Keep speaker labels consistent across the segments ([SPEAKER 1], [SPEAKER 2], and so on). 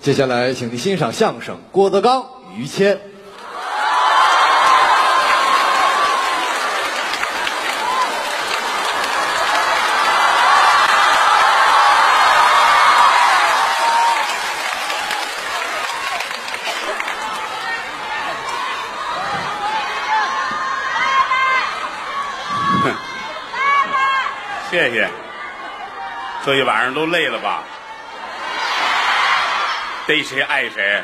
[SPEAKER 1] 接下来，请您欣赏相声《郭德纲于谦》。
[SPEAKER 2] 谢谢。这一晚上都累了吧？逮谁爱 谁。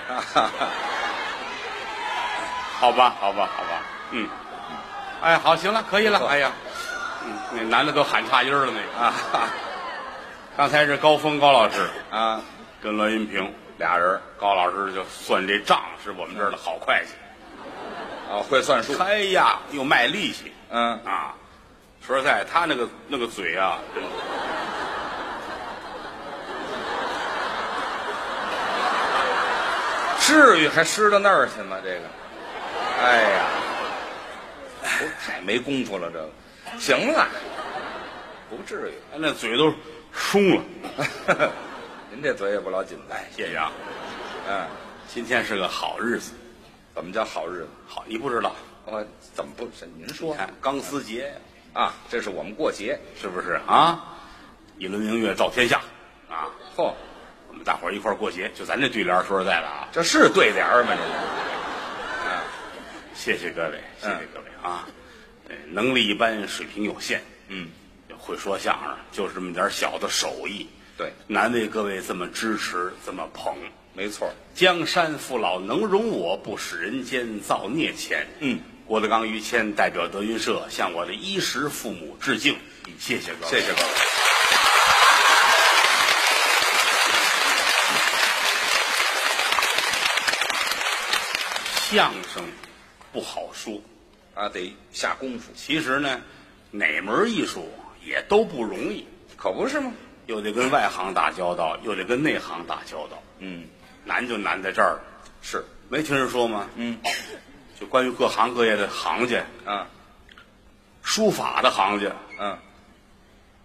[SPEAKER 2] 好吧，好吧，好吧。嗯。哎，好，行了，可以了。哎呀，嗯，那男的都喊差音儿了那个。
[SPEAKER 3] 啊
[SPEAKER 2] 刚才是高峰高老师
[SPEAKER 3] 啊，
[SPEAKER 2] 跟栾云平俩人，高老师就算这账是我们这儿的好会计。
[SPEAKER 3] 啊，会算数，
[SPEAKER 2] 哎呀，又卖力气
[SPEAKER 3] 嗯，
[SPEAKER 2] 啊！说实在，他那个那个嘴啊，
[SPEAKER 3] 至于还湿到那儿去吗？这个，哎呀，不太没功夫了，这个，行了，不至于，
[SPEAKER 2] 那嘴都松了。
[SPEAKER 3] 您这嘴也不老紧的，
[SPEAKER 2] 哎，谢谢啊！
[SPEAKER 3] 嗯，
[SPEAKER 2] 今天是个好日子，
[SPEAKER 3] 怎么叫好日子？
[SPEAKER 2] 好，你不知道，
[SPEAKER 3] 我怎么不是您
[SPEAKER 2] 你
[SPEAKER 3] 说
[SPEAKER 2] 看钢丝节
[SPEAKER 3] 啊？这是我们过节，
[SPEAKER 2] 是不是啊？一轮明月照天下啊！
[SPEAKER 3] 嚯、
[SPEAKER 2] 我们大伙儿一块儿过节，就咱这对联儿，说实在的啊，
[SPEAKER 3] 这是对联儿吗？这个
[SPEAKER 2] 谢谢各位，谢谢
[SPEAKER 3] 嗯
[SPEAKER 2] 各位啊！呃能力一般，水平有限，
[SPEAKER 3] 嗯，
[SPEAKER 2] 会说相声就是这么点儿小的手艺，
[SPEAKER 3] 对，
[SPEAKER 2] 难为各位这么支持，这么捧。
[SPEAKER 3] 没错儿，
[SPEAKER 2] 江山父老能容我，不使人间造孽钱。
[SPEAKER 3] 嗯，
[SPEAKER 2] 郭德纲、于谦代表德云社向我的衣食父母致敬，谢谢各位。
[SPEAKER 3] 谢谢各位。
[SPEAKER 2] 相声不好说，
[SPEAKER 3] 啊，得下功夫，
[SPEAKER 2] 其实呢，哪门艺术也都不容易，
[SPEAKER 3] 可不是吗？
[SPEAKER 2] 又得跟外行打交道，又得跟内行打交道，
[SPEAKER 3] 嗯，
[SPEAKER 2] 难就难在这儿了。
[SPEAKER 3] 是，
[SPEAKER 2] 没听人说吗？
[SPEAKER 3] 嗯，
[SPEAKER 2] 就关于各行各业的行家，
[SPEAKER 3] 啊，
[SPEAKER 2] 书法的行家
[SPEAKER 3] 嗯，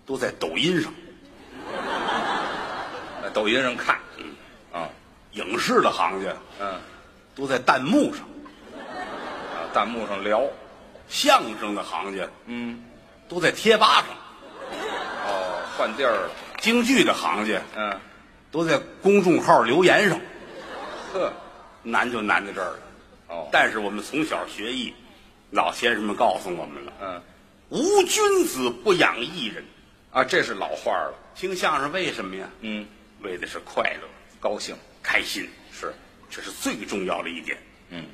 [SPEAKER 2] 都在抖音上，
[SPEAKER 3] 呃抖音上看，啊，
[SPEAKER 2] 影视的行家
[SPEAKER 3] 嗯。
[SPEAKER 2] 都在弹幕上，
[SPEAKER 3] 啊，弹幕上聊，
[SPEAKER 2] 相声的行家
[SPEAKER 3] 嗯，
[SPEAKER 2] 都在贴吧上，
[SPEAKER 3] 哦，换地儿了，
[SPEAKER 2] 京剧的行家
[SPEAKER 3] 嗯，
[SPEAKER 2] 都在公众号留言上，
[SPEAKER 3] 呵，
[SPEAKER 2] 难就难在这儿了。
[SPEAKER 3] 哦，
[SPEAKER 2] 但是我们从小学艺，老先生们告诉我们了，
[SPEAKER 3] 嗯，
[SPEAKER 2] 无君子不养艺人。
[SPEAKER 3] 啊，这是老话儿了，
[SPEAKER 2] 听相声为什么呀？
[SPEAKER 3] 嗯，
[SPEAKER 2] 为的是快乐、
[SPEAKER 3] 高兴
[SPEAKER 2] 开心，
[SPEAKER 3] 是，
[SPEAKER 2] 这是最重要的一点。
[SPEAKER 3] 嗯，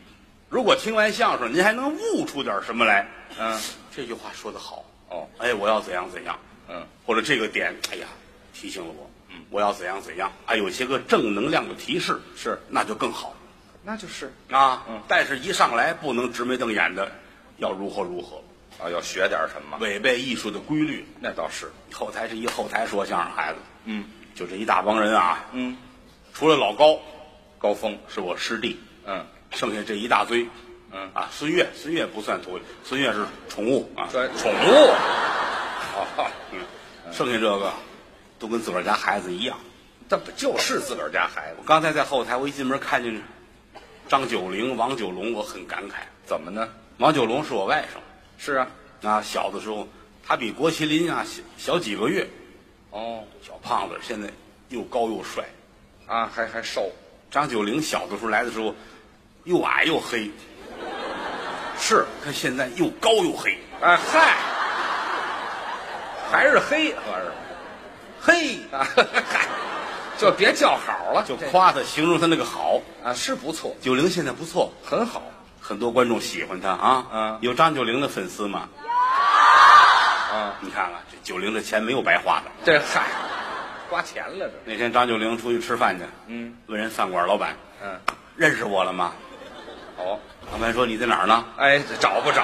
[SPEAKER 2] 如果听完相声，您还能悟出点什么来，
[SPEAKER 3] 嗯，
[SPEAKER 2] 这句话说得好。
[SPEAKER 3] 哦，
[SPEAKER 2] 哎，我要怎样怎样，
[SPEAKER 3] 嗯，
[SPEAKER 2] 或者这个点，哎呀，提醒了我，嗯，我要怎样怎样，啊，有些个正能量的提示，
[SPEAKER 3] 是
[SPEAKER 2] 那就更好
[SPEAKER 3] 那就是
[SPEAKER 2] 啊。
[SPEAKER 3] 嗯
[SPEAKER 2] 但是一上来不能直眉瞪眼的，要如何如何，
[SPEAKER 3] 啊，要学点什么，
[SPEAKER 2] 违背艺术的规律。
[SPEAKER 3] 那倒是，
[SPEAKER 2] 后台是一后台说相声孩子，
[SPEAKER 3] 嗯
[SPEAKER 2] 就这一大帮人啊，
[SPEAKER 3] 嗯，
[SPEAKER 2] 除了老高
[SPEAKER 3] 高峰，
[SPEAKER 2] 是我师弟，
[SPEAKER 3] 嗯，
[SPEAKER 2] 剩下这一大堆，
[SPEAKER 3] 嗯
[SPEAKER 2] 啊，孙越，孙越不算徒弟，孙越是宠物 啊，
[SPEAKER 3] 这宠物，哦，
[SPEAKER 2] 嗯，剩下这个都跟自个儿家孩子一样。
[SPEAKER 3] 这不就是自个儿家孩子
[SPEAKER 2] 我，刚才在后台，我一进门看见张九龄、王九龙，我很感慨。
[SPEAKER 3] 怎么呢？
[SPEAKER 2] 王九龙是我外甥
[SPEAKER 3] 是啊，
[SPEAKER 2] 啊，小的时候他比郭麒麟啊小小几个月，
[SPEAKER 3] 哦，
[SPEAKER 2] 小胖子，现在又高又帅。
[SPEAKER 3] 啊，还还瘦，
[SPEAKER 2] 张九龄小的时候来的时候又矮又黑，
[SPEAKER 3] 是，
[SPEAKER 2] 他现在又高又黑，
[SPEAKER 3] 啊，嗨，还是黑，合着。
[SPEAKER 2] 嘿，
[SPEAKER 3] 啊，嗨，就别叫好了，
[SPEAKER 2] 就
[SPEAKER 3] 这
[SPEAKER 2] 夸他，形容他那个好。
[SPEAKER 3] 啊，是不错，
[SPEAKER 2] 九龄现在不错，
[SPEAKER 3] 很好
[SPEAKER 2] 很多观众喜欢他啊。
[SPEAKER 3] 嗯
[SPEAKER 2] 有张九龄的粉丝吗？
[SPEAKER 3] 啊。
[SPEAKER 2] 你看看这九龄的钱没有白花的。
[SPEAKER 3] 这嗨，花钱了这，
[SPEAKER 2] 那天张九龄出去吃饭去，
[SPEAKER 3] 嗯
[SPEAKER 2] 问人饭馆老板
[SPEAKER 3] 嗯，
[SPEAKER 2] 认识我了吗？
[SPEAKER 3] 哦，
[SPEAKER 2] 老板说你在哪儿呢？
[SPEAKER 3] 哎，找不着，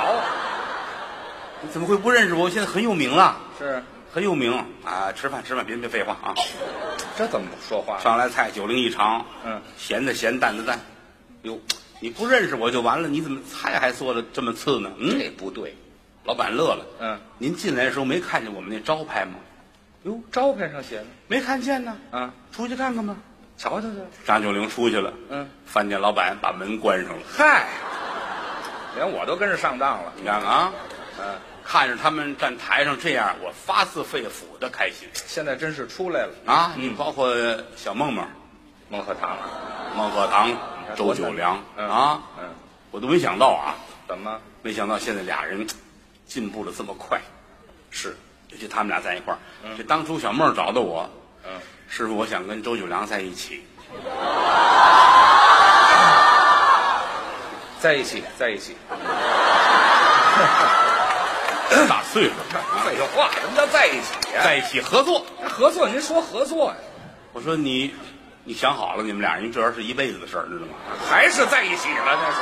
[SPEAKER 2] 你怎么会不认识我？我现在很有名了，
[SPEAKER 3] 是
[SPEAKER 2] 很有名啊！吃饭吃饭，别别废话啊！
[SPEAKER 3] 这怎么不说话呢？
[SPEAKER 2] 上来菜九零一尝，
[SPEAKER 3] 嗯，
[SPEAKER 2] 咸的咸，淡的淡。哟，你不认识我就完了，你怎么菜还做的这么次呢？嗯，
[SPEAKER 3] 这不对，
[SPEAKER 2] 老板乐了，
[SPEAKER 3] 嗯，
[SPEAKER 2] 您进来的时候没看见我们那招牌吗？
[SPEAKER 3] 哟，招牌上写的
[SPEAKER 2] 没看见呢，
[SPEAKER 3] 啊，
[SPEAKER 2] 出去看看吧。
[SPEAKER 3] 瞧瞧瞧，
[SPEAKER 2] 张九龄出去了，
[SPEAKER 3] 嗯，
[SPEAKER 2] 饭店老板把门关上了。
[SPEAKER 3] 嗨，连我都跟着上当了。
[SPEAKER 2] 你看啊，
[SPEAKER 3] 嗯，
[SPEAKER 2] 看着他们站台上这样，我发自肺腑的开心
[SPEAKER 3] 现在真是出来了，
[SPEAKER 2] 啊！你包括小梦梦、
[SPEAKER 3] 孟鹤堂，
[SPEAKER 2] 孟鹤堂、周九良
[SPEAKER 3] 嗯
[SPEAKER 2] 啊，
[SPEAKER 3] 嗯，
[SPEAKER 2] 我都没想到啊，
[SPEAKER 3] 怎么？
[SPEAKER 2] 没想到现在俩人进步的这么快，
[SPEAKER 3] 是，
[SPEAKER 2] 尤其他们俩在一块儿。这当初小梦找的我，
[SPEAKER 3] 嗯，
[SPEAKER 2] 师傅，我想跟周九良在一起。
[SPEAKER 3] 在一起，在一起。
[SPEAKER 2] 大岁数了，
[SPEAKER 3] 废话，什么叫在一起呀、
[SPEAKER 2] 在一起合作。
[SPEAKER 3] 合作，您说合作呀、
[SPEAKER 2] 我说你，你想好了，你们俩人这玩意儿是一辈子的事儿，知道吗？
[SPEAKER 3] 还是在一起了？这是。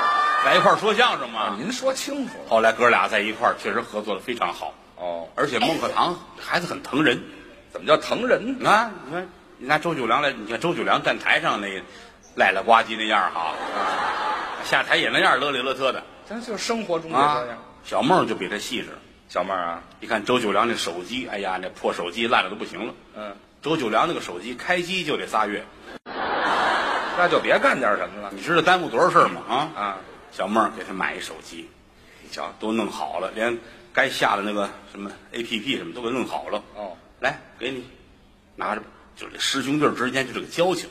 [SPEAKER 2] 在一块儿说相声嘛。
[SPEAKER 3] 您说清楚了。
[SPEAKER 2] 嗯后来哥俩在一块儿，确实合作的非常好，
[SPEAKER 3] 哦，
[SPEAKER 2] 而且孟鹤堂孩子很疼人。
[SPEAKER 3] 怎么叫疼人？
[SPEAKER 2] 你看，你看，你拿周九良来，你看周九良站台上那赖了呱唧那样儿哈，下台也那样儿乐里乐特的
[SPEAKER 3] 咱就是生活中就
[SPEAKER 2] 啊
[SPEAKER 3] 这样。。
[SPEAKER 2] 小梦就比他细致，
[SPEAKER 3] 小妹儿啊，
[SPEAKER 2] 一看周九良那手机，哎呀，那破手机烂的都不行了。
[SPEAKER 3] 嗯，
[SPEAKER 2] 周九良那个手机开机就得仨月，
[SPEAKER 3] 那就别干点什么了
[SPEAKER 2] 你知道耽误多少事儿吗？啊，
[SPEAKER 3] 啊！
[SPEAKER 2] 小妹儿给他买一手机，
[SPEAKER 3] 你瞧，
[SPEAKER 2] 都弄好了，连该下的那个什么 A P P 什么都给弄好了。
[SPEAKER 3] 哦，
[SPEAKER 2] 来，给你，拿着吧，就是这师兄弟儿之间就这个交情，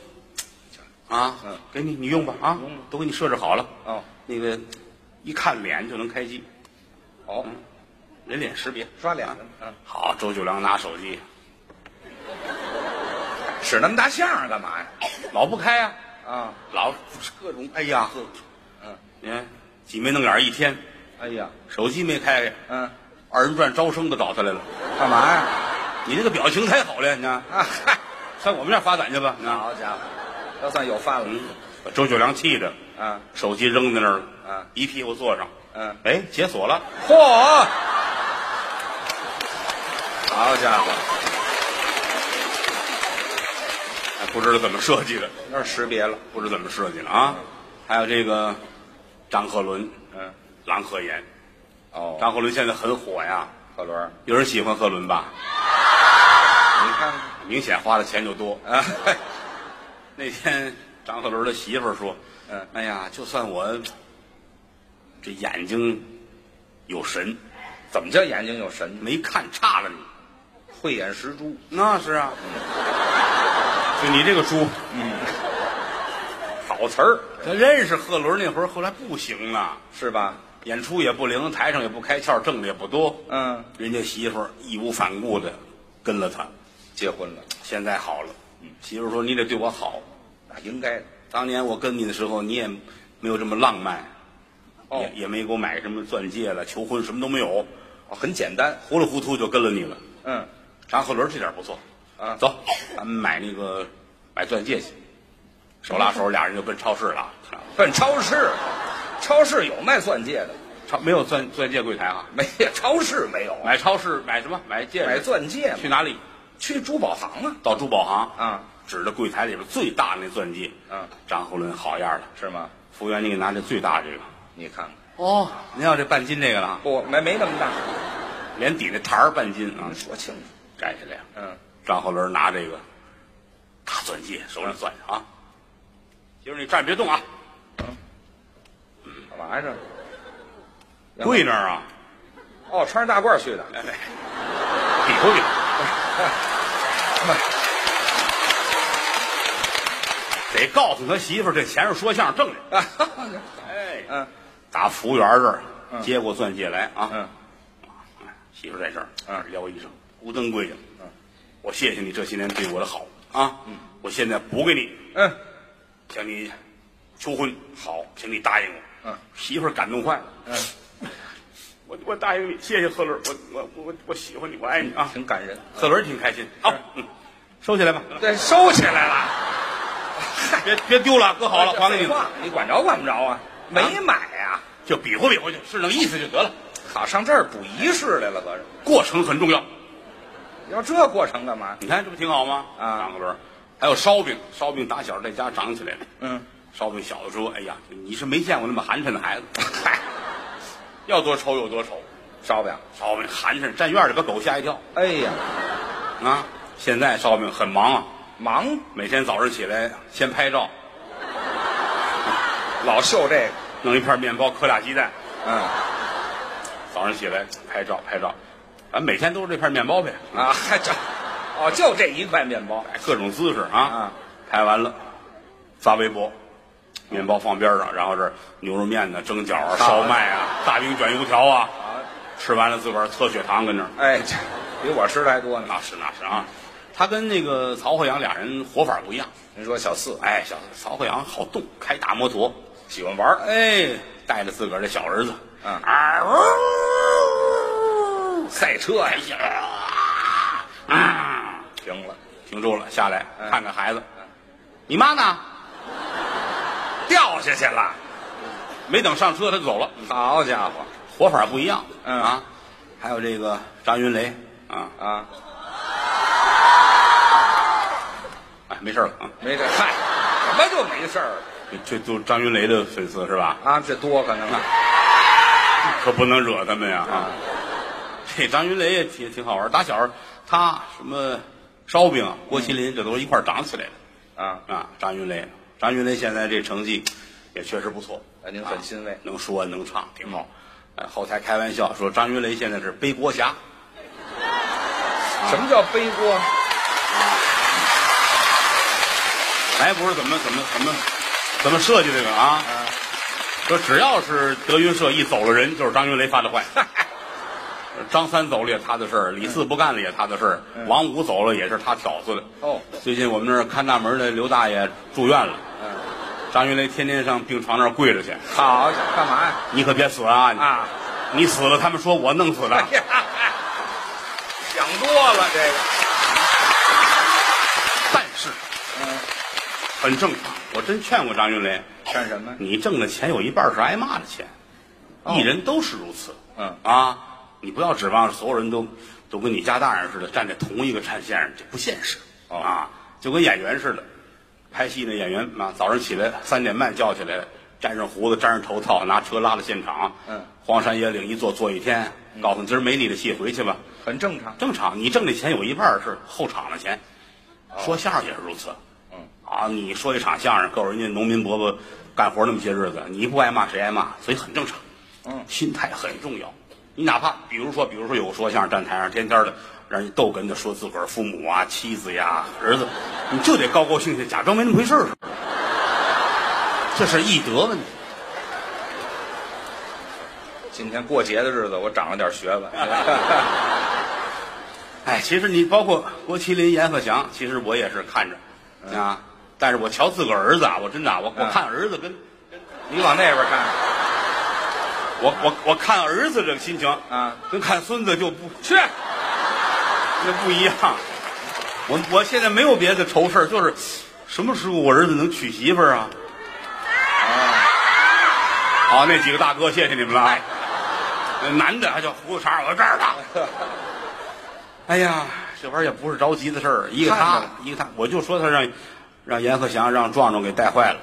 [SPEAKER 2] 啊，
[SPEAKER 3] 嗯
[SPEAKER 2] 给你，你用吧啊，
[SPEAKER 3] 用吧
[SPEAKER 2] 都给你设置好了。
[SPEAKER 3] 哦，
[SPEAKER 2] 那个一看脸就能开机，
[SPEAKER 3] 哦，
[SPEAKER 2] 人脸识别，
[SPEAKER 3] 刷脸呢
[SPEAKER 2] 啊。
[SPEAKER 3] 嗯，
[SPEAKER 2] 好，周九良拿手机
[SPEAKER 3] 使那么大相干嘛呀？
[SPEAKER 2] 老不开啊，
[SPEAKER 3] 啊，
[SPEAKER 2] 老各种哎呀呵，
[SPEAKER 3] 嗯，
[SPEAKER 2] 你看挤眉弄眼儿一天，
[SPEAKER 3] 哎呀，
[SPEAKER 2] 手机没开开，
[SPEAKER 3] 嗯，
[SPEAKER 2] 二人转招生的找他来了。
[SPEAKER 3] 干嘛呀？
[SPEAKER 2] 你这个表情太好了，你看，
[SPEAKER 3] 啊嗨，
[SPEAKER 2] 上我们这儿发展去吧。啊，
[SPEAKER 3] 好家伙，要算有饭了
[SPEAKER 2] 嗯，把周九良气的，
[SPEAKER 3] 啊！
[SPEAKER 2] 手机扔在那儿了，E
[SPEAKER 3] 嗯
[SPEAKER 2] 一屁股坐上，
[SPEAKER 3] 嗯，
[SPEAKER 2] 哎，解锁了，
[SPEAKER 3] 嚯！好家伙，
[SPEAKER 2] 哎不知道怎么设计的，
[SPEAKER 3] 那儿识别了。
[SPEAKER 2] 不知道怎么设计的啊。还有这个张鹤伦，呃
[SPEAKER 3] 嗯，
[SPEAKER 2] 郎鹤炎，
[SPEAKER 3] 哦，
[SPEAKER 2] 张鹤伦现在很火呀，
[SPEAKER 3] 贺伦儿，
[SPEAKER 2] 有人喜欢鹤伦吧？
[SPEAKER 3] 你看看
[SPEAKER 2] 明显花的钱就多。
[SPEAKER 3] 啊，嘿
[SPEAKER 2] 那天张鹤伦的媳妇儿说，
[SPEAKER 3] 嗯
[SPEAKER 2] 哎呀，就算我这眼睛有神，
[SPEAKER 3] 怎么叫眼睛有神？
[SPEAKER 2] 没看差了你。
[SPEAKER 3] 慧眼识珠，
[SPEAKER 2] 那是啊，就你这个猪，
[SPEAKER 3] 好词儿
[SPEAKER 2] 咱认识贺伦那会儿，后来不行了，
[SPEAKER 3] 是吧？
[SPEAKER 2] 演出也不灵，台上也不开窍，挣的也不多。
[SPEAKER 3] 嗯，
[SPEAKER 2] 人家媳妇儿义无反顾的跟了他，
[SPEAKER 3] 结婚了，
[SPEAKER 2] 现在好了。
[SPEAKER 3] 嗯
[SPEAKER 2] 媳妇儿说：“你得对我好，
[SPEAKER 3] 那应该的。
[SPEAKER 2] 当年我跟你的时候，你也没有这么浪漫，
[SPEAKER 3] 哦
[SPEAKER 2] 也也没给我买什么钻戒了，求婚什么都没有，
[SPEAKER 3] 哦，很简单。
[SPEAKER 2] 糊里糊涂就跟了你了。
[SPEAKER 3] 嗯，
[SPEAKER 2] 张鹤伦这点不错，
[SPEAKER 3] 啊
[SPEAKER 2] 走，咱们买那个买钻戒去。”啊手拉手，俩人就奔超市了。
[SPEAKER 3] 奔超市，超市有卖钻戒的，
[SPEAKER 2] 超没有钻钻戒柜台啊，
[SPEAKER 3] 没超市没有，
[SPEAKER 2] 买超市买什么？啊买戒指？
[SPEAKER 3] 买钻戒嘛
[SPEAKER 2] 去哪里？
[SPEAKER 3] 去珠宝行啊？
[SPEAKER 2] 到珠宝行
[SPEAKER 3] 啊，
[SPEAKER 2] 指着柜台里边最大那钻戒。
[SPEAKER 3] 嗯，
[SPEAKER 2] 张鹤伦好样的，
[SPEAKER 3] 是吗？
[SPEAKER 2] 服务员，你给拿这最大这个。
[SPEAKER 3] 你看看，
[SPEAKER 2] 哦，您要这半斤这个了啊，
[SPEAKER 3] 不没没那么大，
[SPEAKER 2] 连底那台儿半斤啊
[SPEAKER 3] 你，说清楚。
[SPEAKER 2] 摘下来。
[SPEAKER 3] 嗯，
[SPEAKER 2] 张鹤伦拿这个大钻戒，手里攥着啊。媳妇儿，你站着别动啊，
[SPEAKER 3] 干嘛呀这？然后
[SPEAKER 2] 跪那儿啊，
[SPEAKER 3] 哦，穿着大褂去的。
[SPEAKER 2] 哎，比划比划， 得告诉他媳妇儿，这钱是说相声挣的。
[SPEAKER 3] 啊哈哈
[SPEAKER 2] 哎，
[SPEAKER 3] 嗯
[SPEAKER 2] 打服务员这儿
[SPEAKER 3] 嗯
[SPEAKER 2] 接过钻戒来啊，
[SPEAKER 3] 嗯，
[SPEAKER 2] 媳妇儿在这儿，
[SPEAKER 3] 嗯
[SPEAKER 2] 撩衣裳，咕噔跪下，
[SPEAKER 3] 嗯，
[SPEAKER 2] 我谢谢你这些年对我的好啊，我现在补给你，
[SPEAKER 3] 嗯，
[SPEAKER 2] 向你求婚，好，请你答应我，
[SPEAKER 3] 嗯，
[SPEAKER 2] 媳妇儿感动坏了，
[SPEAKER 3] 嗯，
[SPEAKER 2] 我我答应你，谢谢贺伦，我我我我我喜欢你，我爱你啊，
[SPEAKER 3] 挺感人。
[SPEAKER 2] 贺伦挺开心，好，嗯，收起来吧，
[SPEAKER 3] 对，收起来了。
[SPEAKER 2] 别别丢了，搁好了，还给你
[SPEAKER 3] 哎这废
[SPEAKER 2] 了，
[SPEAKER 3] 话你管着管不着啊？没买啊呀、
[SPEAKER 2] 就比划比划去，是那个意思就得了，
[SPEAKER 3] 好，上这儿补仪式来了，可是
[SPEAKER 2] 过程很重要，
[SPEAKER 3] 要这过程干嘛？
[SPEAKER 2] 你看这不挺好吗？
[SPEAKER 3] 啊
[SPEAKER 2] 张鹤伦，还有烧饼，烧饼打小在家长起来的。
[SPEAKER 3] 嗯，
[SPEAKER 2] 烧饼小的时候，哎呀，你是没见过那么寒碜的孩子，嗨，要多丑有多丑，
[SPEAKER 3] 烧饼。
[SPEAKER 2] 烧饼寒碜，站院里给狗吓一跳
[SPEAKER 3] 哎呀，
[SPEAKER 2] 啊！现在烧饼很忙啊，
[SPEAKER 3] 忙，
[SPEAKER 2] 每天早上起来先拍照，
[SPEAKER 3] 老秀这个，
[SPEAKER 2] 弄一片面包，磕俩鸡蛋，
[SPEAKER 3] 嗯
[SPEAKER 2] 早上起来拍照拍照，啊，每天都是这片面包呗，
[SPEAKER 3] 啊，还这，哦，就这一块面包，
[SPEAKER 2] 各种姿势啊
[SPEAKER 3] 啊，
[SPEAKER 2] 拍完了发微博，面包放边上，然后这儿牛肉面呢、蒸饺啊、烧麦啊、大饼卷油条啊，
[SPEAKER 3] 啊，
[SPEAKER 2] 吃完了自个儿测血糖跟那儿，
[SPEAKER 3] 哎，这比我吃的还多呢。
[SPEAKER 2] 那是那是啊。他跟那个曹鹤阳俩人活法不一样，
[SPEAKER 3] 您说小四
[SPEAKER 2] 哎，小曹鹤阳好动，开大摩托，
[SPEAKER 3] 喜欢玩儿，
[SPEAKER 2] 哎，带着自个儿的小儿子，
[SPEAKER 3] 嗯
[SPEAKER 2] 啊呜，
[SPEAKER 3] 赛车
[SPEAKER 2] 哎
[SPEAKER 3] 呀，
[SPEAKER 2] 呀，啊，
[SPEAKER 3] 停了，
[SPEAKER 2] 停住了，下来
[SPEAKER 3] 嗯
[SPEAKER 2] 看看孩子，你妈呢？
[SPEAKER 3] 掉下去了，
[SPEAKER 2] 没等上车他就走了，
[SPEAKER 3] 好家伙
[SPEAKER 2] 活法不一样，
[SPEAKER 3] 嗯
[SPEAKER 2] 啊，还有这个张云雷啊，
[SPEAKER 3] 啊，
[SPEAKER 2] 哎，没事了啊，
[SPEAKER 3] 没这嗨，什么就没事儿了
[SPEAKER 2] 这都张云雷的粉丝是吧？
[SPEAKER 3] 啊？这多可能啊，
[SPEAKER 2] 可不能惹他们呀啊！这张云雷也挺挺好玩，打小他什么烧饼、啊郭麒麟这都一块儿长起来的
[SPEAKER 3] 啊，
[SPEAKER 2] 啊。张云雷，张云雷现在这成绩也确实不错，啊
[SPEAKER 3] 那哎您很欣慰嗯
[SPEAKER 2] 能说能唱，挺好。呃，后台开玩笑说张云雷现在是背锅侠，
[SPEAKER 3] 什么叫背锅？
[SPEAKER 2] 哎，不是怎么怎么怎么怎么设计这个啊？说只要是德云社一走了人，就是张云雷发的 坏。张三走了也他的事儿，李四不干了也他的事儿，王五走了也是他挑唆的。
[SPEAKER 3] 嗯哦，
[SPEAKER 2] 最近我们这儿看大门的刘大爷住院了，
[SPEAKER 3] 嗯，
[SPEAKER 2] 张云雷天天上病床那儿跪着去，
[SPEAKER 3] 好家伙，干嘛呀？
[SPEAKER 2] 你可别死啊！你
[SPEAKER 3] 啊，
[SPEAKER 2] 你死了，他们说我弄死的。
[SPEAKER 3] 哎呀，想多了这个，
[SPEAKER 2] 但是
[SPEAKER 3] 嗯，
[SPEAKER 2] 很正常，我真劝过张云雷，
[SPEAKER 3] 干什么？
[SPEAKER 2] 你挣的钱有一半是挨骂的钱，
[SPEAKER 3] 哦
[SPEAKER 2] 艺人都是如此。
[SPEAKER 3] 嗯
[SPEAKER 2] 啊，你不要指望所有人都都跟你家大人似的站在同一个战线上，这不现实。
[SPEAKER 3] 哦
[SPEAKER 2] 啊，就跟演员似的，拍戏那演员啊，早上起来三点半叫起来，粘上胡子，粘上头套，拿车拉到现场。
[SPEAKER 3] 嗯，
[SPEAKER 2] 荒山野岭一坐坐一天，告诉你今儿没你的戏，回去吧。
[SPEAKER 3] 很正常。
[SPEAKER 2] 正常，你挣的钱有一半是后场的钱，说相声也是如此。
[SPEAKER 3] 哦嗯，
[SPEAKER 2] 啊，你说一场相声，够人家农民伯伯干活那么些日子，你不挨骂谁挨骂，所以很正常。
[SPEAKER 3] 嗯
[SPEAKER 2] 心态很重要。你哪怕比如说，比如说有个说相声站台上天天的让人逗哏的说自个儿父母啊、妻子呀、儿子，你就得高高兴兴，假装没那么回事儿似的。这是艺德问题。
[SPEAKER 3] 今天过节的日子，我长了点学问。
[SPEAKER 2] 哎，其实你包括郭麒麟、阎鹤祥，其实我也是看着啊，但是我瞧自个儿儿子啊，我真的啊我我
[SPEAKER 3] 嗯
[SPEAKER 2] 看儿子跟
[SPEAKER 3] 你往那边看，
[SPEAKER 2] 我我我看儿子这个心情
[SPEAKER 3] 啊，
[SPEAKER 2] 跟看孙子就不
[SPEAKER 3] 去，
[SPEAKER 2] 那不一样。我我现在没有别的愁事儿就是什么时候我儿子能娶媳妇儿啊？好，那几个大哥，谢谢你们了
[SPEAKER 3] 哎
[SPEAKER 2] 啊。那男的还叫胡子茬儿，我这儿呢。 哎呀，这玩意儿也不是着急的事儿，一个
[SPEAKER 3] 看
[SPEAKER 2] 他
[SPEAKER 3] 着了，
[SPEAKER 2] 一个他，我就说他让让阎鹤祥让壮壮给带坏了。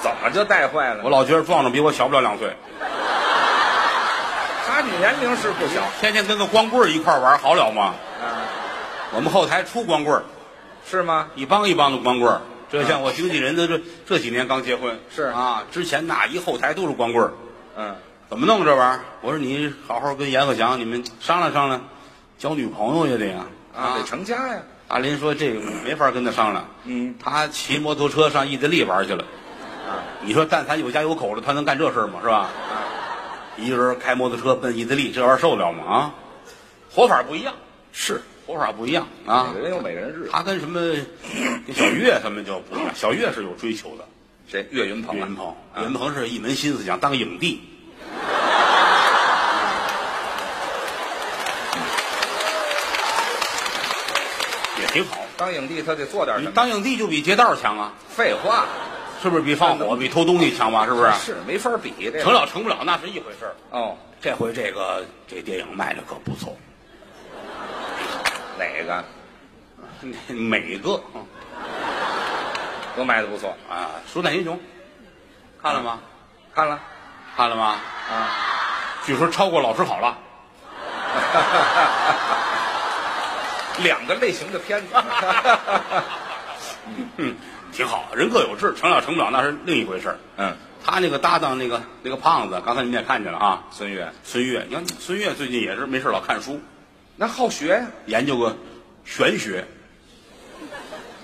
[SPEAKER 3] 怎么就带坏了？
[SPEAKER 2] 我老觉得壮壮比我小不了两岁，
[SPEAKER 3] 他年龄是不小
[SPEAKER 2] 天天跟个光棍儿一块儿玩儿，好了吗？
[SPEAKER 3] 啊，
[SPEAKER 2] 我们后台出光棍儿，
[SPEAKER 3] 是吗？
[SPEAKER 2] 一帮一帮的光棍儿。这像我经纪人的这这几年刚结婚，
[SPEAKER 3] 是
[SPEAKER 2] 啊，之前那一后台都是光棍儿，
[SPEAKER 3] 嗯，
[SPEAKER 2] 怎么弄这玩意儿？我说你好好跟阎鹤祥你们商量商量，交女朋友也得啊。
[SPEAKER 3] 啊，得成家呀。
[SPEAKER 2] 阿林说这个没法跟他商量，
[SPEAKER 3] 嗯，
[SPEAKER 2] 他骑摩托车上意大利玩去了。
[SPEAKER 3] 啊，
[SPEAKER 2] 你说但凡有家有口的，他能干这事儿吗？是吧？一个人开摩托车奔意大利，这玩意儿受得了吗？啊，活法不一样，
[SPEAKER 3] 是，
[SPEAKER 2] 活法不一样啊。
[SPEAKER 3] 每个人有每个人日子。
[SPEAKER 2] 他跟什么跟小岳他们就不一样，小岳是有追求的。
[SPEAKER 3] 谁？岳云鹏
[SPEAKER 2] 岳
[SPEAKER 3] 啊
[SPEAKER 2] 云鹏，岳云鹏是一门心思想当影帝，也挺好。
[SPEAKER 3] 当影帝，他得做点
[SPEAKER 2] 你
[SPEAKER 3] 什么？
[SPEAKER 2] 当影帝就比劫道强啊，
[SPEAKER 3] 废话，
[SPEAKER 2] 是不是？比放火、比偷东西强吧？是不是？
[SPEAKER 3] 是没法比这个
[SPEAKER 2] 成了成不了那是一回事儿。
[SPEAKER 3] 哦，
[SPEAKER 2] 这回这个这电影卖的可不错，
[SPEAKER 3] 哪个
[SPEAKER 2] 嗯每个
[SPEAKER 3] 都卖的不错？
[SPEAKER 2] 啊，《鼠胆英雄》看了吗？
[SPEAKER 3] 看了
[SPEAKER 2] 看了吗？
[SPEAKER 3] 啊，
[SPEAKER 2] 据说超过《老师好了》。
[SPEAKER 3] 两个类型的片子，
[SPEAKER 2] 嗯，挺好，人各有志，成了成不了那是另一回事儿。
[SPEAKER 3] 嗯，
[SPEAKER 2] 他那个搭档那个那个胖子，刚才你们也看见了啊，
[SPEAKER 3] 孙越
[SPEAKER 2] 孙越，你看孙越最近也是没事老看书，
[SPEAKER 3] 那好学呀，
[SPEAKER 2] 研究个玄学、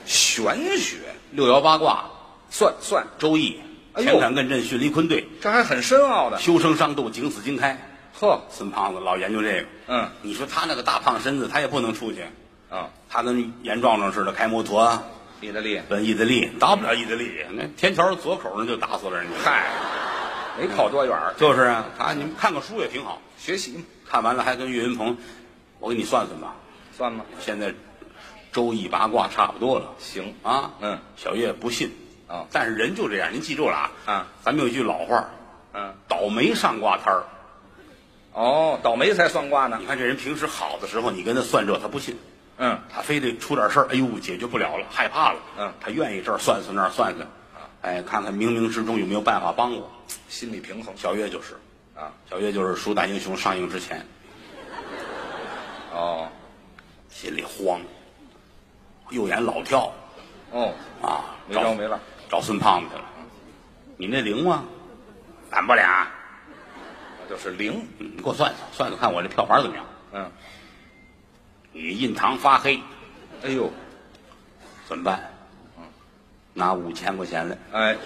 [SPEAKER 3] 玄学，
[SPEAKER 2] 六爻八卦、
[SPEAKER 3] 算算，
[SPEAKER 2] 周易、
[SPEAKER 3] 哎呦
[SPEAKER 2] 乾坎艮震巽离坤兑、
[SPEAKER 3] 这还很深奥的。
[SPEAKER 2] 修生伤度、景死经开。
[SPEAKER 3] 呵，
[SPEAKER 2] 孙胖子老研究这个，
[SPEAKER 3] 嗯，
[SPEAKER 2] 你说他那个大胖身子，他也不能出去，
[SPEAKER 3] 啊，
[SPEAKER 2] 他跟严壮壮似的开摩托啊，
[SPEAKER 3] 意大利，
[SPEAKER 2] 奔意大利，到不了意大利，那天桥左口那就打死了人家。
[SPEAKER 3] 嗨，没跑多远儿，
[SPEAKER 2] 就是啊，他你们看个书也挺好，
[SPEAKER 3] 学习嘛，
[SPEAKER 2] 看完了还跟岳云鹏，我给你算算吧，
[SPEAKER 3] 算吗？
[SPEAKER 2] 现在周易八卦差不多了
[SPEAKER 3] 行
[SPEAKER 2] 啊。
[SPEAKER 3] 嗯，
[SPEAKER 2] 小岳不信
[SPEAKER 3] 啊
[SPEAKER 2] 但是人就这样，您记住了啊。
[SPEAKER 3] 啊，
[SPEAKER 2] 咱们有一句老话，
[SPEAKER 3] 嗯，
[SPEAKER 2] 倒霉上卦摊儿。
[SPEAKER 3] 哦，倒霉才算卦呢
[SPEAKER 2] 你。看这人平时好的时候，你跟他算这，他不信，
[SPEAKER 3] 嗯，
[SPEAKER 2] 他非得出点事儿，哎呦，解决不了了，害怕了。
[SPEAKER 3] 嗯啊
[SPEAKER 2] 他愿意这儿算算那儿算算，哎，看看冥冥之中有没有办法帮我。
[SPEAKER 3] 心理平衡
[SPEAKER 2] 小岳就是，
[SPEAKER 3] 啊。
[SPEAKER 2] 小岳就是《鼠胆英雄》上映之前，
[SPEAKER 3] 哦，
[SPEAKER 2] 心里慌，右眼老跳
[SPEAKER 3] 哦，
[SPEAKER 2] 啊，
[SPEAKER 3] 没着没落，
[SPEAKER 2] 找孙胖子去了。你那灵吗？反不了，
[SPEAKER 3] 就是零。
[SPEAKER 2] 嗯你给我算算，算算看我这票房怎么样？
[SPEAKER 3] 嗯，
[SPEAKER 2] 你印堂发黑，
[SPEAKER 3] 哎呦，
[SPEAKER 2] 怎么办？
[SPEAKER 3] 嗯
[SPEAKER 2] 拿五千块钱来，
[SPEAKER 3] 哎，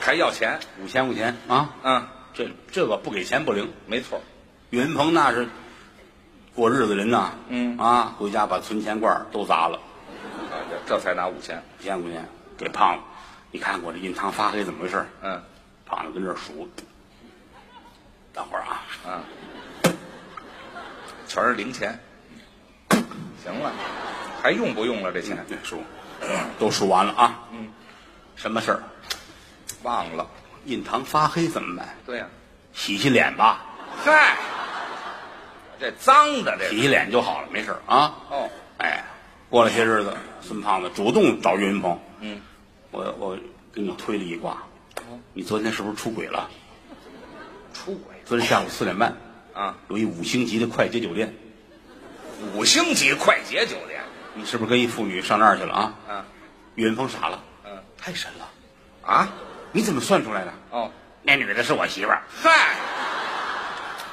[SPEAKER 3] 还要钱
[SPEAKER 2] 五千块钱啊！
[SPEAKER 3] 啊？
[SPEAKER 2] 这这个不给钱不灵。
[SPEAKER 3] 没错，
[SPEAKER 2] 岳云鹏那是过日子人呐，
[SPEAKER 3] 嗯
[SPEAKER 2] 啊，回家把存钱罐儿都砸了，
[SPEAKER 3] 啊，这这才拿五千。
[SPEAKER 2] 五千块钱给胖子，你看我这印堂发黑怎么回事？
[SPEAKER 3] 嗯
[SPEAKER 2] 胖子跟这儿数，等会儿啊，
[SPEAKER 3] 啊，全是零钱。行了，还用不用了这钱？
[SPEAKER 2] 对， 数，都数完了啊，嗯，什么事儿？
[SPEAKER 3] 忘了。
[SPEAKER 2] 印堂发黑怎么办？
[SPEAKER 3] 对呀、
[SPEAKER 2] 洗洗脸吧，
[SPEAKER 3] 嗨，这脏的这
[SPEAKER 2] 洗
[SPEAKER 3] 个。
[SPEAKER 2] 洗脸就好了，没事儿啊。
[SPEAKER 3] 哦，
[SPEAKER 2] 哎，过了些日子，孙胖子主动找岳云鹏，
[SPEAKER 3] 嗯，哦
[SPEAKER 2] 我我给你推了一卦，你昨天是不是出轨了？
[SPEAKER 3] 出轨
[SPEAKER 2] 昨天下午四点半，
[SPEAKER 3] 啊！
[SPEAKER 2] 有一五星级的快捷酒店，
[SPEAKER 3] 五星级快捷酒店。
[SPEAKER 2] 你是不是跟一妇女上那儿去了啊？
[SPEAKER 3] 啊
[SPEAKER 2] 岳云鹏傻了，
[SPEAKER 3] 嗯
[SPEAKER 2] 太神了，
[SPEAKER 3] 啊
[SPEAKER 2] 你怎么算出来的？
[SPEAKER 3] 哦，
[SPEAKER 2] 那女的是我媳妇儿，
[SPEAKER 3] 嗨，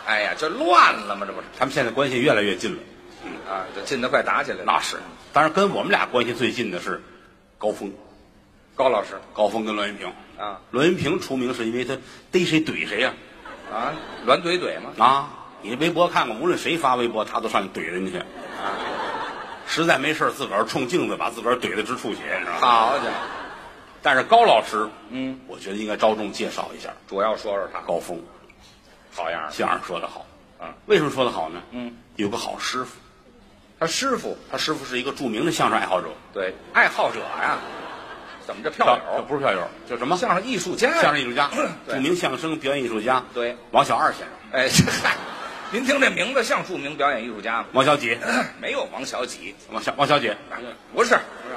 [SPEAKER 3] 哎呀，这乱了吗？这不是
[SPEAKER 2] 他们现在关系越来越近了。
[SPEAKER 3] 啊，这近得快打起来了。
[SPEAKER 2] 那是，当然跟我们俩关系最近的是高峰，
[SPEAKER 3] 高老师
[SPEAKER 2] 高峰跟栾云平。
[SPEAKER 3] 啊
[SPEAKER 2] 栾云平出名是因为他逮谁怼谁呀、
[SPEAKER 3] 啊，栾怼怼吗？
[SPEAKER 2] 啊，你这微博看看，无论谁发微博，他都上去怼人去。
[SPEAKER 3] 啊
[SPEAKER 2] 实在没事儿自个儿冲镜子把自个儿怼得直出血，你知道吗？
[SPEAKER 3] 好家伙，
[SPEAKER 2] 但是高老师，
[SPEAKER 3] 嗯，
[SPEAKER 2] 我觉得应该着重介绍一下
[SPEAKER 3] 主要说说他
[SPEAKER 2] 高峰，
[SPEAKER 3] 好样的，
[SPEAKER 2] 相声说得好。
[SPEAKER 3] 嗯，
[SPEAKER 2] 为什么说得好呢？
[SPEAKER 3] 嗯，
[SPEAKER 2] 有个好师傅，
[SPEAKER 3] 他师傅
[SPEAKER 2] 他师傅是一个著名的相声爱好者，
[SPEAKER 3] 对爱好者呀、怎么这票
[SPEAKER 2] 票
[SPEAKER 3] 友
[SPEAKER 2] 不是票友，叫什么？
[SPEAKER 3] 相声艺术家呀？
[SPEAKER 2] 相声艺术家，
[SPEAKER 3] 对
[SPEAKER 2] 著名相声表演艺术家，
[SPEAKER 3] 对，
[SPEAKER 2] 王小二先生，
[SPEAKER 3] 哎，这嗨，您听这名字像著名表演艺术家吗？
[SPEAKER 2] 王小 姐，
[SPEAKER 3] 没有王小姐，
[SPEAKER 2] 王小王小姐
[SPEAKER 3] 不是，不是，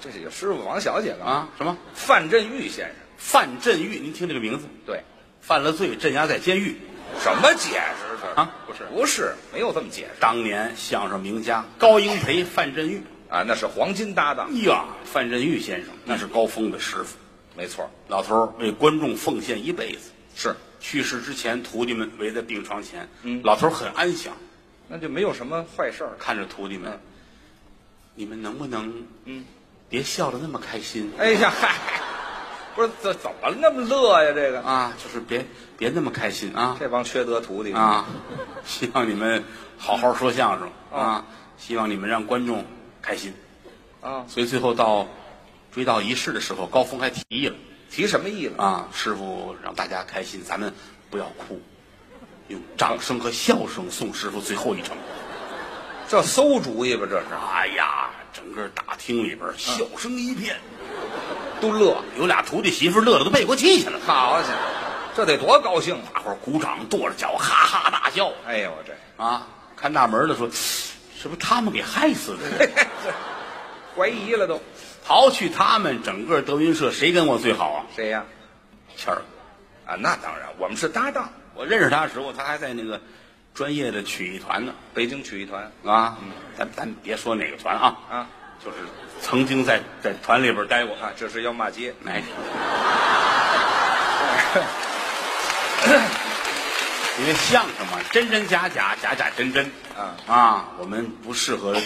[SPEAKER 3] 这是有师傅王小姐的，
[SPEAKER 2] 啊，什么
[SPEAKER 3] 范振钰先生，
[SPEAKER 2] 范振钰？您听这个名字，
[SPEAKER 3] 对。
[SPEAKER 2] 犯了罪，镇压在监狱。
[SPEAKER 3] 什么解释这
[SPEAKER 2] 啊
[SPEAKER 3] 不是，不是，没有这么解释
[SPEAKER 2] 当年相声名家高英培、范振钰，
[SPEAKER 3] 啊，那是黄金搭档，
[SPEAKER 2] 呀，范振钰先生那是高峰的师傅，
[SPEAKER 3] 没错，
[SPEAKER 2] 老头儿为观众奉献一辈子。
[SPEAKER 3] 是，
[SPEAKER 2] 去世之前，徒弟们围在病床前，
[SPEAKER 3] 嗯
[SPEAKER 2] 老头儿很安详，
[SPEAKER 3] 那就没有什么坏事儿。
[SPEAKER 2] 看着徒弟们，
[SPEAKER 3] 嗯
[SPEAKER 2] 你们能不能，嗯，别笑得那么开心
[SPEAKER 3] 哎呀，嗨，不是这怎么那么乐呀？这个
[SPEAKER 2] 啊？就是别别那么开心啊
[SPEAKER 3] 这帮缺德徒弟，
[SPEAKER 2] 啊！希望你们好好说相声
[SPEAKER 3] 嗯
[SPEAKER 2] 啊，希望你们让观众开心。
[SPEAKER 3] 啊，
[SPEAKER 2] 所以最后到追悼仪式的时候，高峰还提议了。
[SPEAKER 3] 提什么意思？
[SPEAKER 2] 啊，师傅让大家开心，咱们不要哭，用掌声和笑声送师傅最后一程。
[SPEAKER 3] 这馊主意吧，这是
[SPEAKER 2] 哎呀，整个大厅里边笑声一片，
[SPEAKER 3] 都乐，
[SPEAKER 2] 有俩徒弟媳妇乐得都背过气去了，
[SPEAKER 3] 好啊家伙，这得多高兴啊！
[SPEAKER 2] 大伙儿鼓掌跺着脚，哈哈大笑
[SPEAKER 3] 哎呦，我这
[SPEAKER 2] 啊！看大门的说，是不是他们给害死的？
[SPEAKER 3] 怀疑了都，
[SPEAKER 2] 刨去他们，整个德云社谁跟我最好啊？
[SPEAKER 3] 谁呀？
[SPEAKER 2] 谦儿，
[SPEAKER 3] 啊，那当然，我们是搭档，
[SPEAKER 2] 我认识他的时候，他还在那个专业的曲艺团呢。嗯
[SPEAKER 3] 北京曲艺团
[SPEAKER 2] 啊，咱咱别说哪个团啊，
[SPEAKER 3] 啊，
[SPEAKER 2] 就是曾经在在船里边待过。
[SPEAKER 3] 啊，这是要骂街。
[SPEAKER 2] 哎，因为相声嘛，真真假假，假假真真。
[SPEAKER 3] 啊
[SPEAKER 2] 啊，我们不适合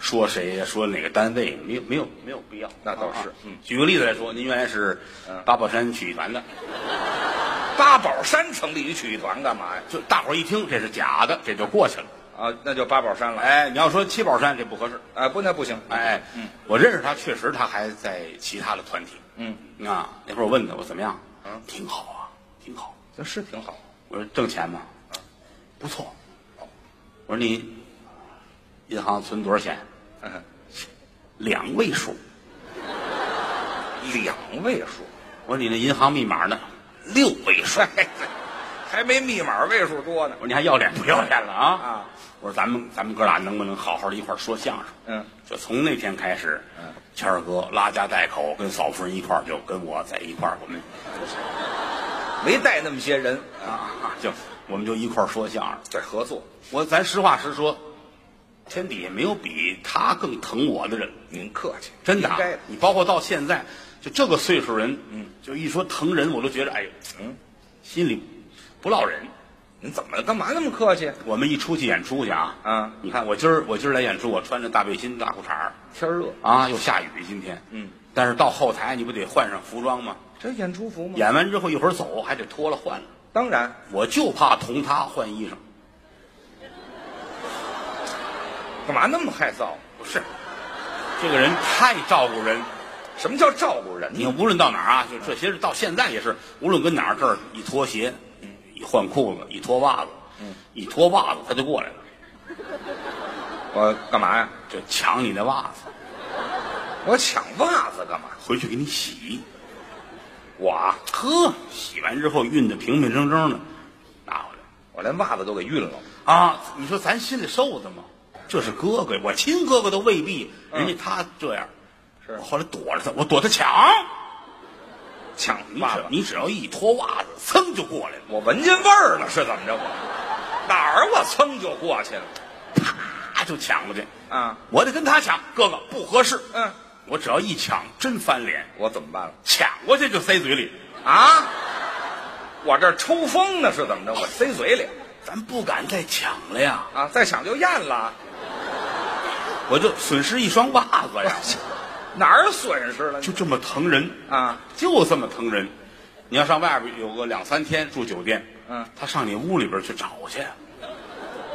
[SPEAKER 2] 说谁呀，说哪个单位，没有没有没有必要。
[SPEAKER 3] 那倒是
[SPEAKER 2] 啊
[SPEAKER 3] 嗯
[SPEAKER 2] 举个例子来说，您原来是
[SPEAKER 3] 嗯
[SPEAKER 2] 八宝山曲艺团的，
[SPEAKER 3] 八宝山成立于曲艺团干嘛呀？
[SPEAKER 2] 就大伙儿一听这是假的，这就过去了。
[SPEAKER 3] 啊，那就八宝山了。哎，
[SPEAKER 2] 哎，你要说七宝山这不合适。
[SPEAKER 3] 哎，不，那不行。
[SPEAKER 2] 哎，
[SPEAKER 3] 嗯，
[SPEAKER 2] 我认识他，确实他还在其他的团体。
[SPEAKER 3] 嗯，
[SPEAKER 2] 啊，那会儿我问他，我说怎么样？
[SPEAKER 3] 嗯
[SPEAKER 2] 挺好啊，挺好。
[SPEAKER 3] 这是挺好。
[SPEAKER 2] 我说挣钱吗？
[SPEAKER 3] 啊
[SPEAKER 2] 不错。我说你银行存多少钱？
[SPEAKER 3] 嗯
[SPEAKER 2] 两位数。
[SPEAKER 3] 两位数，
[SPEAKER 2] 我说你那银行密码呢？六位数。
[SPEAKER 3] 还没密码位数多呢
[SPEAKER 2] 我。说你还要脸不要脸了啊？
[SPEAKER 3] 啊！
[SPEAKER 2] 我说咱们咱们哥俩能不能好好的一块儿说相声？
[SPEAKER 3] 嗯，
[SPEAKER 2] 就从那天开始，
[SPEAKER 3] 嗯，
[SPEAKER 2] 谦儿哥拉家带口跟嫂夫人一块儿，就跟我在一块儿，我们
[SPEAKER 3] 没带那么些人，
[SPEAKER 2] 啊，就我们就一块儿说相声。
[SPEAKER 3] 这合作。
[SPEAKER 2] 我咱实话实说，天底下没有比他更疼我的人，
[SPEAKER 3] 您客气，
[SPEAKER 2] 真的啊、
[SPEAKER 3] 应该的。
[SPEAKER 2] 你包括到现在，就这个岁数人，嗯，就一说疼人，我都觉得哎呦，
[SPEAKER 3] 嗯，
[SPEAKER 2] 心里不落忍。
[SPEAKER 3] 您怎么干嘛那么客气？
[SPEAKER 2] 我们一出去演出去啊，
[SPEAKER 3] 啊
[SPEAKER 2] 你看我今儿我今儿来演出，我穿着大背心大裤衩儿
[SPEAKER 3] 天热，
[SPEAKER 2] 啊，又下雨今天，
[SPEAKER 3] 嗯，
[SPEAKER 2] 但是到后台你不得换上服装吗？
[SPEAKER 3] 这演出服吗？
[SPEAKER 2] 演完之后一会儿走还得脱了换了，
[SPEAKER 3] 当然，
[SPEAKER 2] 我就怕同他换衣裳。
[SPEAKER 3] 干嘛那么害臊？
[SPEAKER 2] 不是，这个人太照顾人。
[SPEAKER 3] 什么叫照顾人
[SPEAKER 2] 你
[SPEAKER 3] 呢？
[SPEAKER 2] 看，无论到哪儿啊，就这些日到现在也是，无论跟哪儿，这儿一脱鞋，一换裤子，一脱袜子，一脱袜子他就过来了，
[SPEAKER 3] 我干嘛呀？
[SPEAKER 2] 就抢你的袜子，
[SPEAKER 3] 我抢袜子干嘛？
[SPEAKER 2] 回去给你洗。
[SPEAKER 3] 我啊，
[SPEAKER 2] 呵，洗完之后熨的平平整整的，拿回来
[SPEAKER 3] 我连袜子都给熨了。
[SPEAKER 2] 啊！你说咱心里受的吗？这是哥哥，我亲哥哥都未必，人家他这样。
[SPEAKER 3] 嗯是
[SPEAKER 2] 我后来躲着他，我躲他抢，
[SPEAKER 3] 抢
[SPEAKER 2] 你
[SPEAKER 3] 袜
[SPEAKER 2] 只
[SPEAKER 3] 子，
[SPEAKER 2] 你只要一脱袜子，噌就过来了，
[SPEAKER 3] 我闻见味儿了，是怎么着？我 哪儿我噌就过去了
[SPEAKER 2] 啪就抢过去。
[SPEAKER 3] 啊！
[SPEAKER 2] 我得跟他抢，哥哥不合适。
[SPEAKER 3] 嗯，
[SPEAKER 2] 我只要一抢，真翻脸，
[SPEAKER 3] 我怎么办了？
[SPEAKER 2] 抢过去就塞嘴里，
[SPEAKER 3] 啊！我这儿抽风呢，是怎么着？我塞嘴里
[SPEAKER 2] 咱不敢再抢了呀，
[SPEAKER 3] 啊，再抢就咽了，
[SPEAKER 2] 我就损失一双袜子 呀，
[SPEAKER 3] 哪儿损失了呢？
[SPEAKER 2] 就这么疼人，
[SPEAKER 3] 啊，
[SPEAKER 2] 就这么疼人。你要上外边有个两三天住酒店，
[SPEAKER 3] 嗯，
[SPEAKER 2] 他上你屋里边去找去，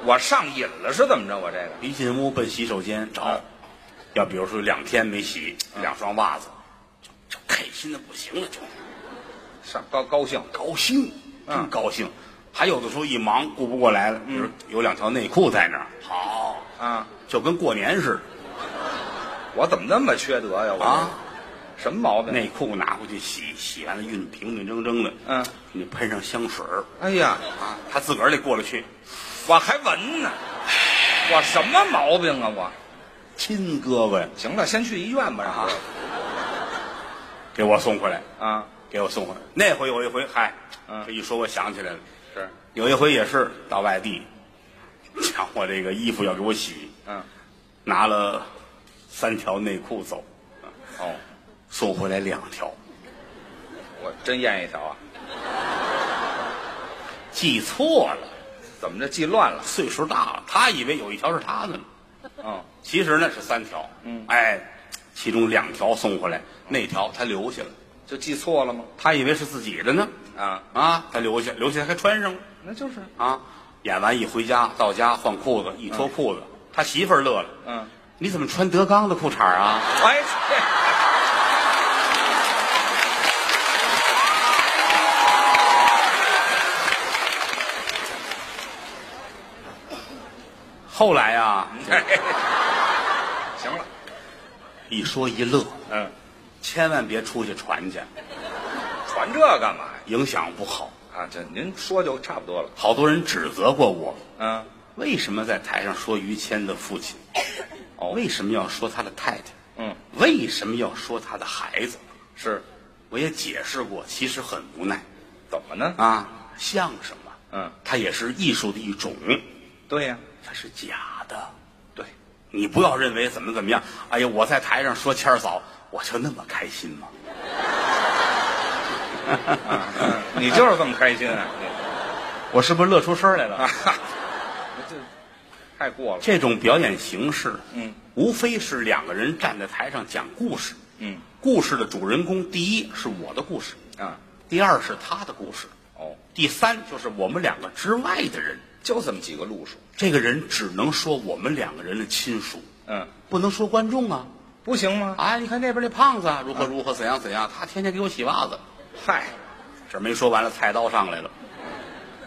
[SPEAKER 3] 我上瘾了，是怎么着？我这个
[SPEAKER 2] 一进屋奔洗手间找，
[SPEAKER 3] 嗯
[SPEAKER 2] 要比如说两天没洗、两双袜子，就就开心的不行了，就
[SPEAKER 3] 上高高兴
[SPEAKER 2] 高兴，真
[SPEAKER 3] 嗯
[SPEAKER 2] 高兴。还有的时候一忙顾不过来了，比如有两条内裤在那儿，好，
[SPEAKER 3] 啊！
[SPEAKER 2] 就跟过年似的，
[SPEAKER 3] 我怎么那么缺德呀？我这个
[SPEAKER 2] 啊
[SPEAKER 3] 什么毛病？
[SPEAKER 2] 内裤拿回去洗，洗完了熨平平整整的，
[SPEAKER 3] 嗯，
[SPEAKER 2] 你喷上香水儿
[SPEAKER 3] 哎呀，
[SPEAKER 2] 啊，他自个儿得过得去。
[SPEAKER 3] 我还闻呢，我什么毛病啊？我
[SPEAKER 2] 亲哥哥呀，
[SPEAKER 3] 行了，先去医院吧，然后
[SPEAKER 2] 啊给我送回来，
[SPEAKER 3] 啊，
[SPEAKER 2] 给我送回来。那回有一回，嗨，
[SPEAKER 3] 嗯
[SPEAKER 2] 这一说我想起来了，
[SPEAKER 3] 是，
[SPEAKER 2] 有一回也是到外地，抢我这个衣服要给我洗，
[SPEAKER 3] 嗯，
[SPEAKER 2] 拿了三条内裤走，
[SPEAKER 3] 哦，
[SPEAKER 2] 送回来两条。
[SPEAKER 3] 我真验一条啊，
[SPEAKER 2] 记错了，
[SPEAKER 3] 怎么着记乱了？
[SPEAKER 2] 岁数大了，他以为有一条是他的呢，
[SPEAKER 3] 嗯，
[SPEAKER 2] 其实呢是三条。嗯，哎，其中两条送回来，那条他留下了，
[SPEAKER 3] 就记错了吗？
[SPEAKER 2] 他以为是自己的呢。
[SPEAKER 3] 啊，
[SPEAKER 2] 啊，他留下，留下还穿上了
[SPEAKER 3] 那就是，
[SPEAKER 2] 啊。演完一回家，到家换裤子，一脱裤子，他媳妇儿乐了。
[SPEAKER 3] 嗯，
[SPEAKER 2] 你怎么穿德纲的裤衩啊？
[SPEAKER 3] 哎，
[SPEAKER 2] 后来啊，
[SPEAKER 3] 嗯行了，
[SPEAKER 2] 一说一乐，
[SPEAKER 3] 嗯，
[SPEAKER 2] 千万别出去传去，
[SPEAKER 3] 传这干嘛呀？
[SPEAKER 2] 影响不好。
[SPEAKER 3] 啊，这您说就差不多了，
[SPEAKER 2] 好多人指责过我，
[SPEAKER 3] 嗯，
[SPEAKER 2] 为什么在台上说于谦的父 亲？哦，为什么要说他的太太？
[SPEAKER 3] 嗯，
[SPEAKER 2] 为什么要说他的孩子？
[SPEAKER 3] 是，
[SPEAKER 2] 我也解释过，其实很无奈
[SPEAKER 3] 怎么呢？
[SPEAKER 2] 啊。相声嘛，
[SPEAKER 3] 嗯，
[SPEAKER 2] 它也是艺术的一种，
[SPEAKER 3] 对呀、
[SPEAKER 2] 它是假的。
[SPEAKER 3] 对，
[SPEAKER 2] 你不要认为怎么怎么样，哎呀，我在台上说谦儿嫂，我就那么开心吗？
[SPEAKER 3] 嗯你就是这么开心啊？
[SPEAKER 2] 我是不是乐出声儿来了？
[SPEAKER 3] 啊， 哈这太过了。
[SPEAKER 2] 这种表演形式，
[SPEAKER 3] 嗯，
[SPEAKER 2] 无非是两个人站在台上讲故事，
[SPEAKER 3] 嗯，
[SPEAKER 2] 故事的主人公第一是我的故事，
[SPEAKER 3] 啊，
[SPEAKER 2] 第二是他的故事，
[SPEAKER 3] 哦，
[SPEAKER 2] 第三就是我们两个之外的人。
[SPEAKER 3] 就这么几个路数。
[SPEAKER 2] 这个人只能说我们两个人的亲属，
[SPEAKER 3] 嗯，
[SPEAKER 2] 不能说观众啊。
[SPEAKER 3] 不行吗？
[SPEAKER 2] 啊，你看那边那胖子啊如何如何怎样怎样，他天天给我洗袜子。
[SPEAKER 3] 嗨，
[SPEAKER 2] 这没说完了，菜刀上来了。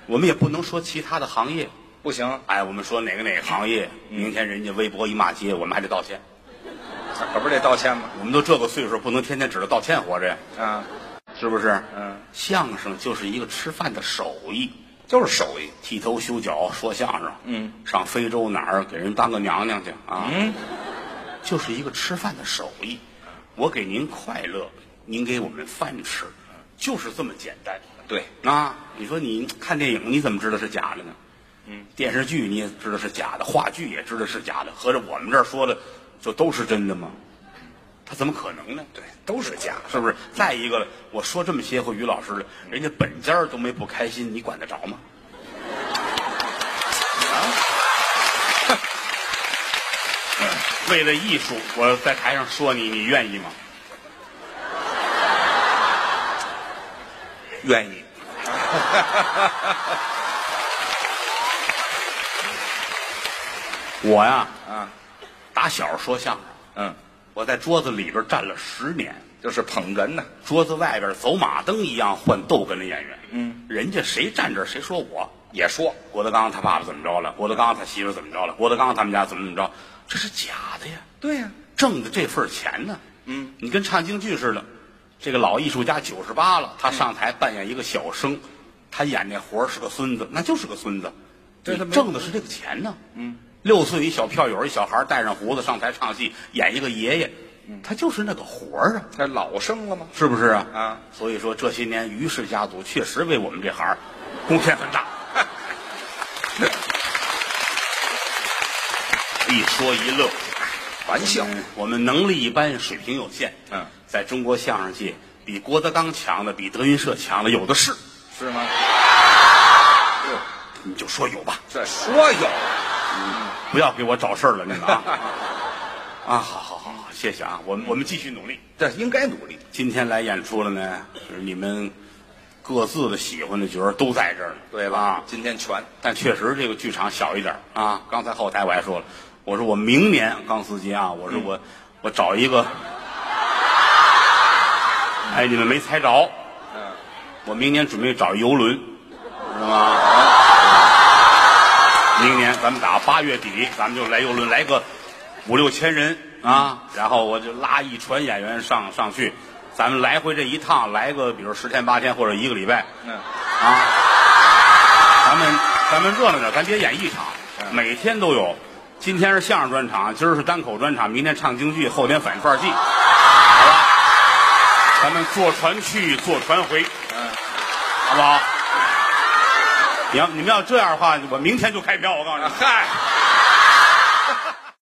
[SPEAKER 2] 我们也不能说其他的行业，
[SPEAKER 3] 不行，
[SPEAKER 2] 哎，我们说哪个哪个行业，
[SPEAKER 3] 嗯
[SPEAKER 2] 明天人家微博一骂街，我们还得道歉。
[SPEAKER 3] 可不是得道歉吗？
[SPEAKER 2] 我们都这个岁数，不能天天指着道歉活着呀，
[SPEAKER 3] 啊，
[SPEAKER 2] 是不是？
[SPEAKER 3] 嗯，
[SPEAKER 2] 相声就是一个吃饭的手艺，
[SPEAKER 3] 就是手艺。
[SPEAKER 2] 剃头修脚说相声，
[SPEAKER 3] 嗯，
[SPEAKER 2] 上非洲哪儿给人当个娘娘去啊？
[SPEAKER 3] 嗯，
[SPEAKER 2] 就是一个吃饭的手艺。我给您快乐，您给我们饭吃，就是这么简单。
[SPEAKER 3] 对，
[SPEAKER 2] 啊，你说你看电影，你怎么知道是假的呢？嗯，电视剧你也知道是假的，话剧也知道是假的，合着我们这儿说的就都是真的吗？他怎么可能呢？
[SPEAKER 3] 对，都是假的。
[SPEAKER 2] 是不是？再一个了，我说这么些回于老师了，人家本家儿都没不开心，你管得着吗？啊！ 为了艺术，我在台上说你，你愿意吗？
[SPEAKER 3] 愿意。
[SPEAKER 2] 我呀，
[SPEAKER 3] 啊，
[SPEAKER 2] 打小说相声，
[SPEAKER 3] 嗯，
[SPEAKER 2] 我在桌子里边站了十年，
[SPEAKER 3] 就是捧哏呢。
[SPEAKER 2] 桌子外边走马灯一样换逗哏的演员。
[SPEAKER 3] 嗯，
[SPEAKER 2] 人家谁站这儿谁说我，
[SPEAKER 3] 也说
[SPEAKER 2] 郭德纲他爸爸怎么着了，郭德纲他媳妇儿怎么着了，郭德纲他们家怎么怎么着，这是假的呀。
[SPEAKER 3] 对呀、
[SPEAKER 2] 挣的这份钱呢，
[SPEAKER 3] 嗯，
[SPEAKER 2] 你跟唱京剧似的，这个老艺术家九十八了，他
[SPEAKER 3] 嗯
[SPEAKER 2] 上台扮演一个小生，他演那活儿是个孙子，那就是个孙子，
[SPEAKER 3] 对他
[SPEAKER 2] 你
[SPEAKER 3] 没
[SPEAKER 2] 挣的是这个钱呢，嗯，六岁一小票友，一小孩带上胡子上台唱戏，演一个爷爷，
[SPEAKER 3] 嗯
[SPEAKER 2] 他就是那个活儿啊，
[SPEAKER 3] 他老生了吗？
[SPEAKER 2] 是不是啊？
[SPEAKER 3] 啊，
[SPEAKER 2] 所以说这些年于氏家族确实为我们这行儿贡献很 大。一说一乐，
[SPEAKER 3] 玩笑。
[SPEAKER 2] 嗯我们能力一般，水平有限。
[SPEAKER 3] 嗯，
[SPEAKER 2] 在中国相声界，比郭德纲强的，比德云社强的有的是。
[SPEAKER 3] 是吗？哟，
[SPEAKER 2] 你就说有吧，
[SPEAKER 3] 这说有
[SPEAKER 2] 不要给我找事儿了，那个啊。啊，好好好，好，谢谢啊，我们我们继续努力。
[SPEAKER 3] 这应该努力。
[SPEAKER 2] 今天来演出了呢，是你们各自的喜欢的角儿都在这儿呢，
[SPEAKER 3] 对了，
[SPEAKER 2] 啊
[SPEAKER 3] 今天全
[SPEAKER 2] 但确实这个剧场小一点儿啊。刚才后台我还说了，我说我明年钢丝节啊，我说我、我找一个，哎，你们没猜着，
[SPEAKER 3] 嗯，
[SPEAKER 2] 我明年准备找游轮，是吗？明年咱们打八月底，咱们就来游轮，来个五六千人啊，然后我就拉一船演员上上去，咱们来回这一趟来个，比如十天八天或者一个礼拜，
[SPEAKER 3] 嗯
[SPEAKER 2] 啊，咱们咱们热闹点，咱别演一场，
[SPEAKER 3] 嗯
[SPEAKER 2] 每天都有。今天是相声专场，今儿是单口专场，明天唱京剧，后天反串
[SPEAKER 3] 嗯
[SPEAKER 2] 戏，好吧？咱们坐船去，坐船回，
[SPEAKER 3] 嗯，
[SPEAKER 2] 好不好？你要你们要这样的话，我明天就开票，我告诉你。
[SPEAKER 3] 嗨，